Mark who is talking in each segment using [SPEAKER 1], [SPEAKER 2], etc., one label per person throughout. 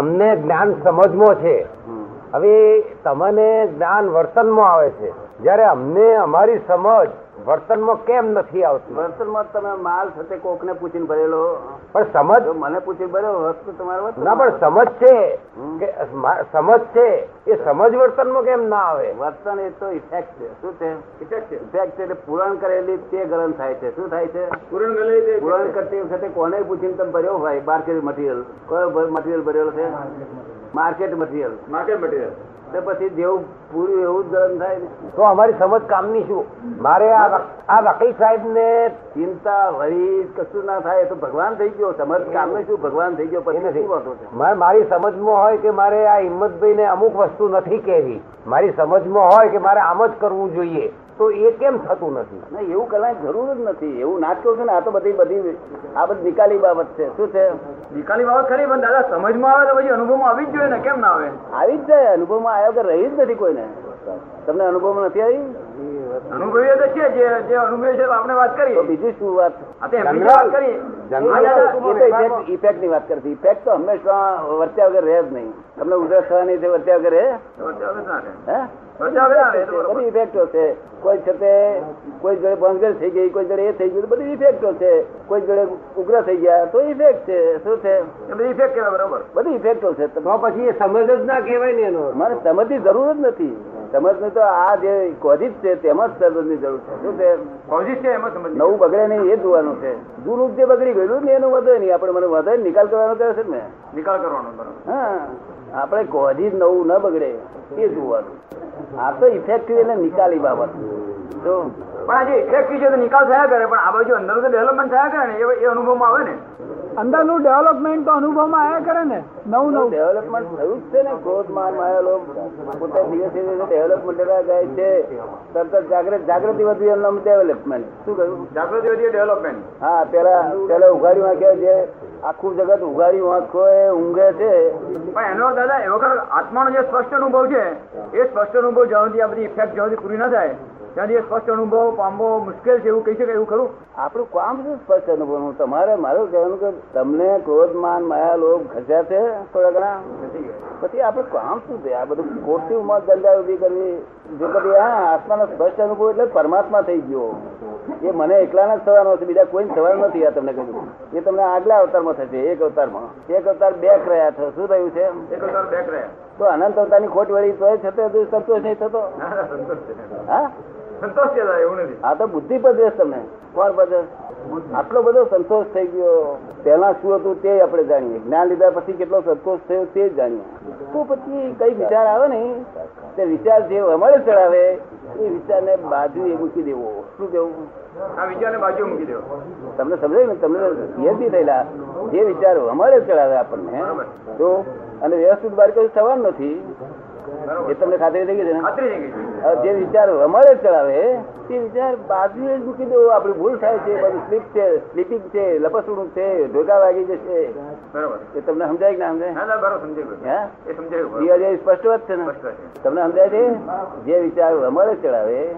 [SPEAKER 1] અમને જ્ઞાન સમજમાં છે હવે તમને જ્ઞાન વર્તનમાં આવે છે જ્યારે અમને અમારી સમજ વર્તનમાં કેમ નથી આવતી
[SPEAKER 2] વર્તનમાં તમે માલ સાથે કોકને પૂછીને ભરેલો
[SPEAKER 1] પણ સમજ
[SPEAKER 2] જો મને પૂછીને ભરેલો હોત તો તમારે વર્તન
[SPEAKER 1] ના પણ સમજ છે કે મા- સમજ છે એ સમજ વર્તનમાં કેમ ના આવે
[SPEAKER 2] વર્તન એ તો ઇફેક્ટ છે શું છે ઇફેક્ટ છે ઇફેક્ટ એટલે પૂરણ કરેલી તે ગલન થાય છે શું થાય છે
[SPEAKER 3] પૂરણ ગલે છે
[SPEAKER 2] પૂરણ કરતી વખતે કોને પૂછીને તમે ભર્યો હોય માર્કેટ મટીરિયલ કયો મટીરિયલ ભરેલો છે માર્કેટ મટીરિયલ
[SPEAKER 3] માર્કેટ મટીરિયલ
[SPEAKER 2] તો પછી જેવું પૂરું એવું જ ગલન થાય ને
[SPEAKER 1] તો અમારી સમજ કામની શું મારે આ વક- આ વકીલ સાહેબને
[SPEAKER 2] ચિંતા ભરી કશું ના થાય એ તો ભગવાન થઈ ગયો સમજ કામે શું ભગવાન થઈ ગયો
[SPEAKER 1] એ
[SPEAKER 2] પછી શું વાંધો
[SPEAKER 1] નથી
[SPEAKER 2] છે
[SPEAKER 1] મા- મારી સમજમાં હોય કે મારે આ હિંમતભાઈને અમુક વસ્તુ નથી કહેવી મારી સમજમાં હોય કે મારે આમ જ કરવું જોઈએ તો એ કેમ થતું નથી
[SPEAKER 2] ના, એવું કરવાની જરૂર જ નથી એવું ના જ કહું છું ને આ તો બધી બધી આ બધી નિકાલી બાબત છે શું છે
[SPEAKER 3] નિકાલી બાબત ખરી પણ દાદા સમજમાં આવે તો પછી અનુભવમાં આવી જ જોઈએ ને કેમ ના આવે
[SPEAKER 2] આવી જ જાય અનુભવમાં આવ્યા વગર રહી જ નથી કોઈને તમને અનુભવમાં નથી આવી
[SPEAKER 3] અનુભવીએ તો છે જે જે અનુભવી છે તો આપણે વાત
[SPEAKER 2] તો
[SPEAKER 3] કરીએ
[SPEAKER 2] બીજું શું વાત
[SPEAKER 3] આ તો એમની વાત કરીએ
[SPEAKER 1] જનરલ-
[SPEAKER 3] આ દાદા
[SPEAKER 2] ઇફેક્ટ ની વાત કરતી ઇફેક્ટ તો હંમેશા વર્ત્યા વગર રહે જ નહીં તમને ઉધરસ થવાની છે વર્ત્યા વગર રહે
[SPEAKER 3] વચ્ચે આવે ના રે.
[SPEAKER 2] હે
[SPEAKER 3] વચ્ચે આવે ના રે, એ તો બરોબર.
[SPEAKER 2] બધી ઇફેક્ટો છે કોઈ છે તે કોઈ જોડે ભંગર થઈ ગઈ કોઈ જોડે એ થઈ ગયું બધી ઇફેક્ટો છે કોઈ જોડે ઉગ્ર થઈ ગયા તો ઇફેક્ટ છે શું છે
[SPEAKER 3] એ બધી effect કહેવાય, બરોબર
[SPEAKER 2] બધી ઇફેક્ટો છે તો
[SPEAKER 1] તો પછી એ સમજ જ ના કહેવાય ને એનો
[SPEAKER 2] મારે સમજની જરૂર જ નથી સમજની તો આ જે કોઝિટ છે તેમાં જ સમજની જરૂર છે શું છે
[SPEAKER 3] ફૌજી છે એમાં સમજ
[SPEAKER 2] નવું બગડે નહીં એ જોવાનું છે જૂનું જે બગડી ગયેલું ને એનું વધે નહીં આપણે મને વધે નહીં, નિકાલ કરવાનો કહે છે ને મેં.
[SPEAKER 3] નિકાલ કરવાનો બરોબર
[SPEAKER 2] હા આપણે કોઝિટ નવું ન બગડે એ જોવાનું આ તો ઇફેક્ટિવ એટલે નિકાલી બાબત જો
[SPEAKER 3] પણ આ જે effect છે તો નિકાલ થયા કરે પણ આ બાજુ અંદર તો ડેવલપમેન્ટ થયા કરે ને એ- એ અનુભવમાં આવે ને
[SPEAKER 4] અંદરનું ડેવલપમેન્ટ તો અનુભવમાં આવ્યા કરે ને નવું નવું
[SPEAKER 2] ડેવલપમેન્ટ થયું જ છે ને ક્રોધ માન માયેલો પોતે દિવસે દિવસે ડેવલપમેન્ટ જાય છે તરત જ જાગૃત જાગૃતિ વધુ એમનું નામ ડેવલપમેન્ટ શું કહ્યું
[SPEAKER 3] જાગૃતિ વધી ડેવલપમેન્ટ
[SPEAKER 2] હા પેલા પેલા ઉઘાડી વાંખે જે આખું જગત ઉઘાડી વાંખો એ ઊંઘે છે
[SPEAKER 3] પણ એનો અર્થ દાદા એ વખત આત્માનો જે સ્પષ્ટ અનુભવ છે એ સ્પષ્ટ અનુભવ જ્યાં સુધી આ બધી ઇફેક્ટ જ્યાં સુધી પૂરી ના થાય ત્યાં સુધી એ સ્પષ્ટ અનુભવ પામવો મુશ્કેલ છે એવું કહી શકાય એવું ખરું
[SPEAKER 2] આપણું કામ શું સ્પષ્ટ અનુભવનું તમારે મારું કહેવાનું કે તમને ક્રોધ માન માયા લોભ ખસ્યા છે થોડા ઘણા પછી આપણે કામ શું છે આ બધું ખોટી ઉંમર ધંધા ઉભી કરવી જો કદી હા આત્માનો સ્પષ્ટ અનુભવ એટલે પરમાત્મા થઈ ગયો એ મને એકલાને જ થવાનો છે બીજા કોઈ થવાનું નથી આ તમને કહ્યું એ તમને આગલા અવતારમાં થશે એક અવતારમાં એક અવતાર બે રહ્યા છે શું થયું છે
[SPEAKER 3] એક અવતાર બેક રહ્યા
[SPEAKER 2] તો અનંત અવતારની ખોટ વળી તોય છતાં હજુ સંતોષ નહીં થતો
[SPEAKER 3] ના, ના, સંતોષ છે
[SPEAKER 2] હા
[SPEAKER 3] સંતોષ છે દાદા એવું નથી
[SPEAKER 2] આ તો બુદ્ધિ પધરેશ તમને કોણ પધરેશ આટલો બધો સંતોષ થઈ ગયો પહેલા શું હતું તે આપણે જાણીએ જ્ઞાન લીધા પછી કેટલો સંતોષ થયો તે જાણીએ તો પછી કઈ વિચાર આવે ને તે વિચાર જે અમારે ચડાવે એ વિચારને બાજુ એ મૂકી દેવો શું કેવું
[SPEAKER 3] આ વિચારને બાજુ મૂકી દેવો
[SPEAKER 2] તમને સમજાયું ને તમને નિયતિ થયેલા જે વિચાર અમારે ચડાવે આપણને તો અને વ્યવસ્થિત બાર કશું થવાનું નથી એ તમને ખાતરી થઈ ગઈ છે ને
[SPEAKER 3] ખાતરી થઈ ગઈ છે.
[SPEAKER 2] હવે જે વિચાર અમારે ચલાવે તે વિચાર બાજુએ જ મૂકી દેવો આપણી ભૂલ થાય છે બધું સ્લીપ છે સ્લીપિંગ છે લપસણું છે ઢોકા વાગી જશે
[SPEAKER 3] બરોબર
[SPEAKER 2] એ તમને સમજાય કે ના સમજાય
[SPEAKER 3] ના ના બરોબર સમજાઈ ગયું
[SPEAKER 2] હે
[SPEAKER 3] એ સમજાયું બરોબર.
[SPEAKER 2] દિવાળી આવી સ્પષ્ટ વાત છે ને
[SPEAKER 3] સ્પષ્ટ છે.
[SPEAKER 2] તમને સમજાય છે જે વિચાર અમારે ચડાવે એ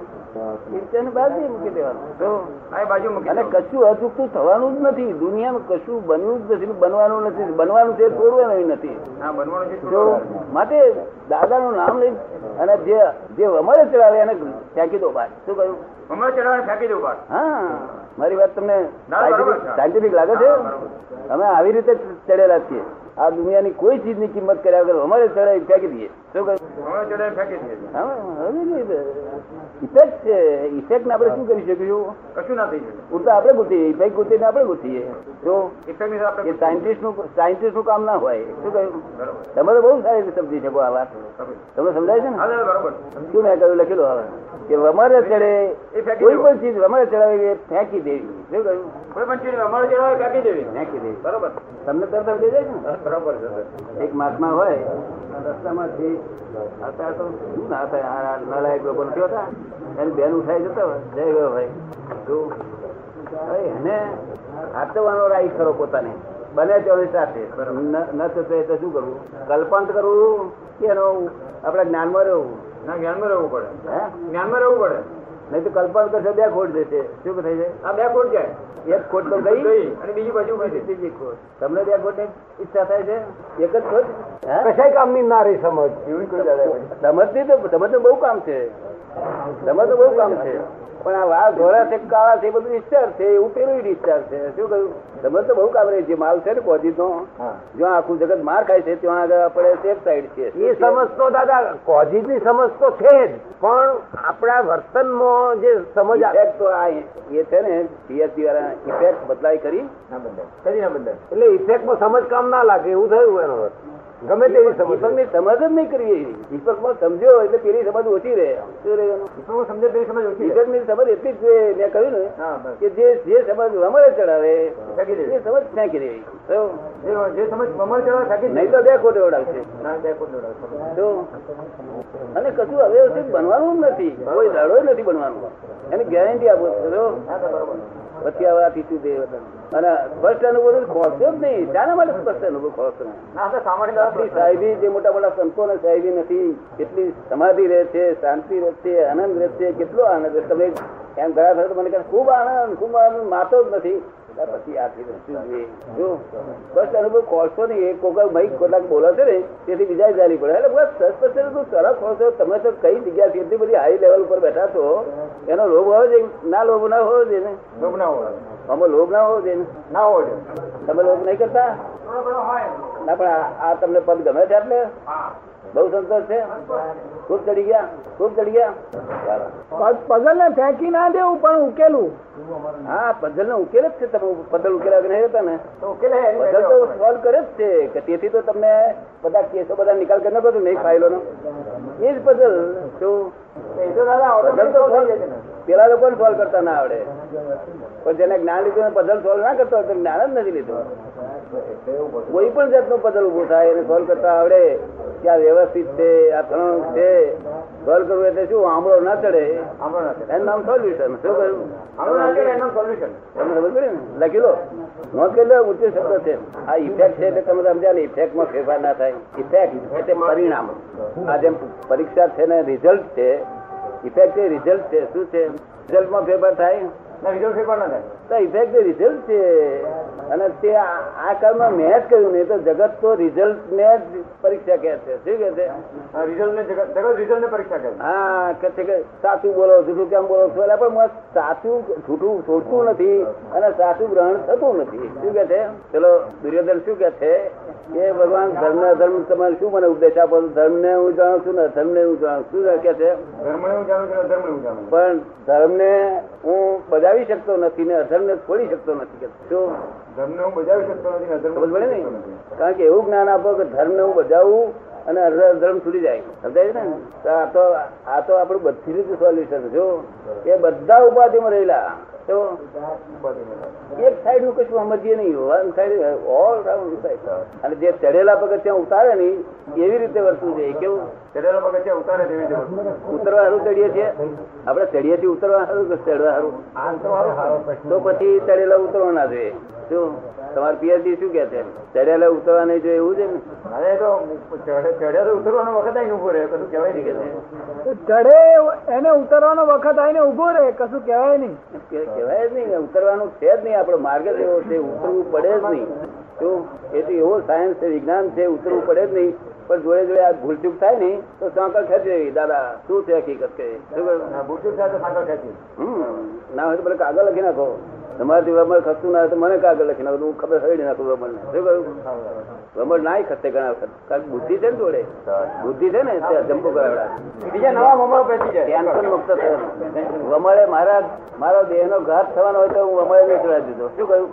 [SPEAKER 2] વિચારને બાજુએ મૂકી દેવાનો જો
[SPEAKER 3] આ એ બાજુ મૂકી
[SPEAKER 2] અને
[SPEAKER 3] દેવો.
[SPEAKER 2] કશું અચૂકતું થવાનું જ નથી દુનિયામાં કશું બનવું જ નથી બનવાનું નથી બનવાનું છે તોડવાનું નથી
[SPEAKER 3] હા બનવાનું છે
[SPEAKER 2] જો
[SPEAKER 3] છોડવાનું.
[SPEAKER 2] માટે દાદાનું નામ લઈ અને જે જે અમારે ચડાવે એને ફેંકી દો બાર શું કહ્યું
[SPEAKER 3] હમણાં ચડાવવાને ફેંકી દેવું બહાર.
[SPEAKER 2] હા મારી વાત તમને
[SPEAKER 3] ના, બરાબર છે.
[SPEAKER 2] સાયન્ટિફિક લાગે છે
[SPEAKER 3] હા, બરાબર.
[SPEAKER 2] અમે આવી રીતે જ ચડેલા છીએ આ દુનિયાની કોઈ ચીજની કિંમત કર્યા વગર અમારે ચડાવી ફેંકી દઈએ શું કહ્યું
[SPEAKER 3] હમણાં ચડાવીને ફેંકી દઈએ.
[SPEAKER 2] હા, હવે નહીં. ઇફેક્ટ છે ઇફેક્ટને આપણે શું કરી શકીશું
[SPEAKER 3] કશું ના થઈ શકે
[SPEAKER 2] ઉડતા આપણે ગૂંથીએ ઇફેક્ટ ગૂંથીને આપણે ગૂંથીએ તો
[SPEAKER 3] Effect ની સાથે
[SPEAKER 2] એ
[SPEAKER 3] આપણે
[SPEAKER 2] સાયન્ટિસ્ટનું સાયન્ટિસ્ટનું કામ ના હોય શું કહ્યું
[SPEAKER 3] બરાબર.
[SPEAKER 2] તમે તો બહુ સારી રીતે સમજી શકો આ વાત તમને સમજાય છે ને
[SPEAKER 3] હા દાદા બરોબર
[SPEAKER 2] શું મેં કહ્યું લખેલું હવે કે વમરે ચડે
[SPEAKER 3] એ
[SPEAKER 2] કોઈ
[SPEAKER 3] ફેંકી
[SPEAKER 2] પણ
[SPEAKER 3] દેવું.
[SPEAKER 2] ચીજ વમરે ચડાવી એ ફેંકી દેવી શું કહ્યું
[SPEAKER 3] કોઈ પણ ચીજ હમણાં ચડાવે ફેંકી દેવી
[SPEAKER 2] ફેંકી દેવી
[SPEAKER 3] બરોબર
[SPEAKER 2] તમને તરત સમજાઈ જાય છે ને
[SPEAKER 3] બરોબર છે સર.
[SPEAKER 2] એક મહાત્મા હોય રસ્તામાંથી હતા તો શું ના હતા આ નલાયક લોકો નથી હોતા એની બેન ઉઠાઈ જતો હોય, જય ગયો ભાઈ શું? હવે એને સાચવવાનો રાઈ ખરો પોતાને બને તેઓની સાથે ન- ન થતો હોય તો શું કરવું કલ્પાંત કરવું કે એનો આપણા જ્ઞાનમાં રહેવું
[SPEAKER 3] ના જ્ઞાનમાં રહેવું પડે
[SPEAKER 2] હે
[SPEAKER 3] જ્ઞાનમાં રહેવું પડે
[SPEAKER 2] નહીં તો કલ્પના કરશો બે ખોટ જશે શું થઈ જાય
[SPEAKER 3] આ બે કોણ છે
[SPEAKER 2] એક ખોટ તો
[SPEAKER 3] ગઈ
[SPEAKER 2] ગઈ
[SPEAKER 3] અને બીજી બાજુ ઊભી છે.
[SPEAKER 2] બીજી ખોટ તમને બે ખોટની ઈચ્છા થાય છે એક જ ખોટ હે?
[SPEAKER 1] કશાય કામની ના રહી સમજ
[SPEAKER 2] સમજતી તો સમજ તો બહુ કામ છે સમજ તો બહુ કામ છે પણ આ વાળ ધોળા છે કાળા છે એ બધું ડિસ્ચાર્જ છે એવું પેલું ડિસ્ચાર્જ છે શું કહ્યું સમજ તો બહુ કામ રહી છે માલ છે ને કોજીનો જ્યાં આખું જગત માર ખાય છે ત્યાં આગળ આપણે સેફ સાઈડ છે
[SPEAKER 1] એ સમજ તો દાદા કોઝિટની સમજ તો છે જ પણ આપણા વર્તનમાં જે સમજ આ-
[SPEAKER 2] Effect તો આ એ છે ને PhD વાળા effect બદલાઈ કરી
[SPEAKER 1] એટલે ઇફેક્ટમાં સમજ કામ ના લાગે એવું થયું એનો અર્થ. ગમે તેવી સમજ
[SPEAKER 2] દીપકની સમજ જ નહીં કરી દીપકમાં સમજ્યો એટલે પેલી સમજ ઓછી રહે શું રહે એનું?
[SPEAKER 3] સમજે પેલી સમજ ઓછી છે.
[SPEAKER 2] દીપકની સમજ એટલી જ છે, મેં કહ્યું ને
[SPEAKER 3] હા, બસ.
[SPEAKER 2] કે જે જે સમજ વમળે ચડાવે
[SPEAKER 3] ફેંકી દેવી.
[SPEAKER 2] એ સમજ ફેંકી દેવી તો
[SPEAKER 3] જે- જે સમજ મમલ ચલાવે થાકી જ
[SPEAKER 2] નહીં
[SPEAKER 3] જાય.
[SPEAKER 2] તો બે ખોટે ઓળખશે
[SPEAKER 3] ના, બે કોણ જોડાવે.
[SPEAKER 2] જો અને કશું હવે એવું બનવાનું જ નથી કોઈ દાડો જ નથી બનવાનું એની ગેરંટી આપો છો જો. પછી હવે આ પીછું દે વતન. અને સ્પષ્ટ અનુભવ તો ખોરશો જ નહીં શાના માટે સ્પષ્ટ અનુભવ ખોરશો નહીં?
[SPEAKER 3] ના, આપણે સામાન્ય
[SPEAKER 2] આપણી સાહેબી જે મોટા મોટા સંતો ને સાહેબી નથી કેટલી સમાધિ રહે છે શાંતિ રહે છે આનંદ રહે છે કેટલો આનંદ રહે છે. તમે એમ ગયા થયો તો મને કહે ખૂબ આનંદ ખૂબ આનંદ માતો જ નથી ત્યાર પછી આથી રહેશે જ એ. જો બસ અનુભવ ખોલશો નહીં એક કોઈક ભાઈ કોઈક બોલે છે ને તેથી બીજા જાણી પડે એટલે બસ સરસ પછી તું સરસ ખોલશો તમે તો કઈ જગ્યાથી એટલી બધી હાઈ લેવલ ઉપર બેઠા છો એનો લોભ હોવો જોઈએ ના લોભ ના હોવો જોઈએ ને આમાં લોભ ના હોવો જોઈએ ને
[SPEAKER 3] ના હોય
[SPEAKER 2] તમે લોભ નહીં કરતા ના પણ આ- આ તમને પદ ગમે છે એટલે બહુ સંતોષ છે ખૂબ ચડી ગયા ખૂબ ચડી ગયા સારા.
[SPEAKER 4] પઝલ ને ફેંકી ના દેવું પણ ઉકેલું
[SPEAKER 2] હા પઝલ નો ઉકેલ જ છે તમે પઝલ ઉકેલા વગર નહીં હતા ને
[SPEAKER 3] તો ઉકેલ હે, એની
[SPEAKER 2] પઝલ
[SPEAKER 3] બેઠો
[SPEAKER 2] તો
[SPEAKER 3] આપણે.
[SPEAKER 2] સોલ્વ કરે જ છે કે તેથી તો તમને બધા કેસો બધા નિકાલ કરી નાખો છો નહીં ફાઇલોનો એ જ પઝલ શું
[SPEAKER 3] એ તો દાદા
[SPEAKER 2] પઝલ
[SPEAKER 3] automatic
[SPEAKER 2] તો solve-
[SPEAKER 3] solve થઈ જાય છે ને.
[SPEAKER 2] પેલા લોકોને સોલ્વ કરતા ના આવડે પણ જેને જ્ઞાન લીધું પઝલ સોલ્વ ના કરતો હોય તો જ્ઞાન જ નથી લીધું કોઈ પણ જાતનું પઝલ ઉભું થાય એને સોલ્વ કરતા આવડે કે આ વ્યવસ્થિત છે આ ત્રણ છે સોલ્વ કરવું એટલે શું આંબળો ના ચડે
[SPEAKER 3] આમળો ના કહેવાય.
[SPEAKER 2] એનું નામ સોલ્યુશન શું કહ્યું
[SPEAKER 3] આમળો ના કહેવાય, એનું નામ solution.
[SPEAKER 2] તમને ખબર પડી ને લખી લો નોંધ કરી લો ઉચ્ચ શબ્દ છે આ ઇફેક્ટ છે એટલે તમે સમજ્યા ને ઇફેક્ટમાં ફેરફાર ના થાય ઇફેક્ટ એટલે પરિણામ આ જેમ પરીક્ષા છે ને રિઝલ્ટ છે ઇફેક્ટ એ રિઝલ્ટ છે શું છે રિઝલ્ટમાં ફેરફાર થાય
[SPEAKER 3] ના, result ફેરફાર ના થાય.
[SPEAKER 2] તો ઇફેક્ટ રિઝલ્ટ છે અને તે આ આ કર્મ મેં જ કર્યું નહીં તો જગત તો રિઝલ્ટ ને જ પરીક્ષા કહે છે શું કહે છે
[SPEAKER 3] આ result ને જગત- જગત result ને પરીક્ષા કરે છે.
[SPEAKER 2] હા કહે છે કે સાચું બોલો જૂઠું કેમ બોલો છો એટલે પણ મને સાચું જૂઠું છોડતું નથી અને સાચું ગ્રહણ થતું નથી શું કહે છે ચલો દુર્યોધન શું કહે છે કે ભગવાન ધર્મ ધર્મ તમારે શું મને ઉપદેશ આપો છો? ધર્મને હું જાણું છું ને અધર્મને હું જાણું છું. શું કહે છે
[SPEAKER 3] ધર્મને હું જાણું છું, અધર્મને હું જાણું છું.
[SPEAKER 2] પણ ધર્મને હું બજાવી શકતો નથી ને અધર્મને છોડી શકતો નથી કે શું
[SPEAKER 3] ધર્મને હું બજાવી શકતો નથી ને અધર્મને
[SPEAKER 2] સમજ પડે ને
[SPEAKER 3] હું બજાવી શકતો નથી.
[SPEAKER 2] કારણ કે એવું જ્ઞાન આપો કે ધર્મને હું બજાવું અને અધર્મ છૂટી જાય સમજાય છે ને તો આ તો આ તો આપણું બધી રીતે સોલ્યુશન જો એ બધા ઉપાધિમાં રહેલા તો એક સાઈડ નું કશું સમજીએ નહીં one side all round side અને જે ચડેલા પગથિયાં ઉતારે નહીં એવી રીતે વર્તવું જોઈએ કેવું
[SPEAKER 3] ચઢેલા પગથિયાં ઉતારે તેવી રીતે વર્તવું.
[SPEAKER 2] ઉતરવા હારું ચડીએ છીએ આપણે ચડીએ છીએ ઉતરવા હારું કે ચડવા હારું
[SPEAKER 3] આ તો મારો સારો પ્રશ્ન.
[SPEAKER 2] તો પછી ચડેલા ઉતરવા ના જોઈએ શું તમારું પીએચડી શું કહે છે ચડેલા ઉતરવા નહીં જોઈએ એવું છે ને
[SPEAKER 3] અને એ તો ચઢે- ચઢે તો ઉતરવાનો વખત આવીને ઊભો રહે. કશું કહેવાય નહીં કે છે.
[SPEAKER 4] તો ચડે એને ઉતરવાનો વખત આવીને ઉભો રહે કશું કહેવાય નહીં
[SPEAKER 2] કે- કહેવાય જ નહીં ઉતરવાનું છે જ નહીં આપણો માર્ગ જ એવો છે ઉતરવું પડે જ નહીં શું એ તો એવો સાયન્સ છે વિજ્ઞાન છે ઉતરવું પડે જ નહીં પણ જોડે જોડે આ ભૂલચૂક થાય ને તો સાંકળ ખેંચી લેવી દાદા શું છે હકીકત કે શું કહ્યું?
[SPEAKER 3] ના, બુટુક સાથે સાંકળ ખેંચી.
[SPEAKER 2] હમ. ના હોય તો મને કાગળ લખી નાખો તમારાથી વમળ ખસતું ના હોય તો મને કાગળ લખી નાખો તો હું ખબર હળી નાખું વમળને શું કહ્યું વમળ નાય ખસે ઘણા વખત કારણ કે બુદ્ધિ છે ને જોડે બુદ્ધિ છે ને તે જમ્પો કરાવડા
[SPEAKER 3] બીજા નવા મમરો બેસી જાય
[SPEAKER 2] ટેન્શન મુક્ત થયો વમળે મારા મારો દેહનો ઘાત થવાનો હોય તો હું વમળે નહીં ચડાવી દીધો શું કહ્યું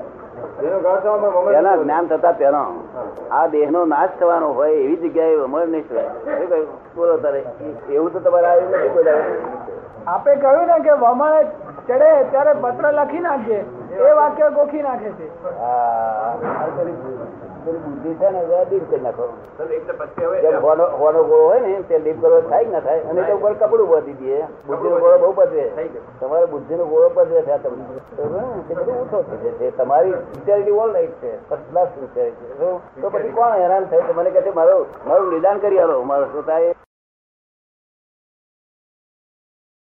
[SPEAKER 3] એનો ઘર થવા પણ મમરો
[SPEAKER 2] પહેલા જ્ઞાન થતા પહેલો આ દેહનો નાશ થવાનો હોય એવી જગ્યાએ વમળ નહીં ચડાવી શું કહ્યું બોલો તારે એવું તો તમારે આવ્યું નથી બધા
[SPEAKER 4] આપે કહ્યું ને કે વમળે ચડે ત્યારે પત્ર લખી નાખજે એ વાક્ય ગોખી નાખે છે
[SPEAKER 2] બુદ્ધિ છે ને એ દીપ કરી નાખો જેમ હોનો હોનો ગોળો હોય ને તે દીપ કરવો થાય કે ના થાય અને તે ઉપર કપડું બાંધી દઈએ બુદ્ધિનો ગોળો બહુ પધવે તમારે બુદ્ધિનો ગોળો પધવે છે આ તમને બરોબર ને? તે બધું ઊંચો થઈ જાય છે તમારી સિન્સિયરિટી ઓલ રાઈટ છે ફર્સ્ટ ક્લાસ સિન્સિયરિટી તો પછી કોણ હેરાન થાય તો મને કહે છે મારો મારું નિદાન કરી આલો મારો શ્રોતા એ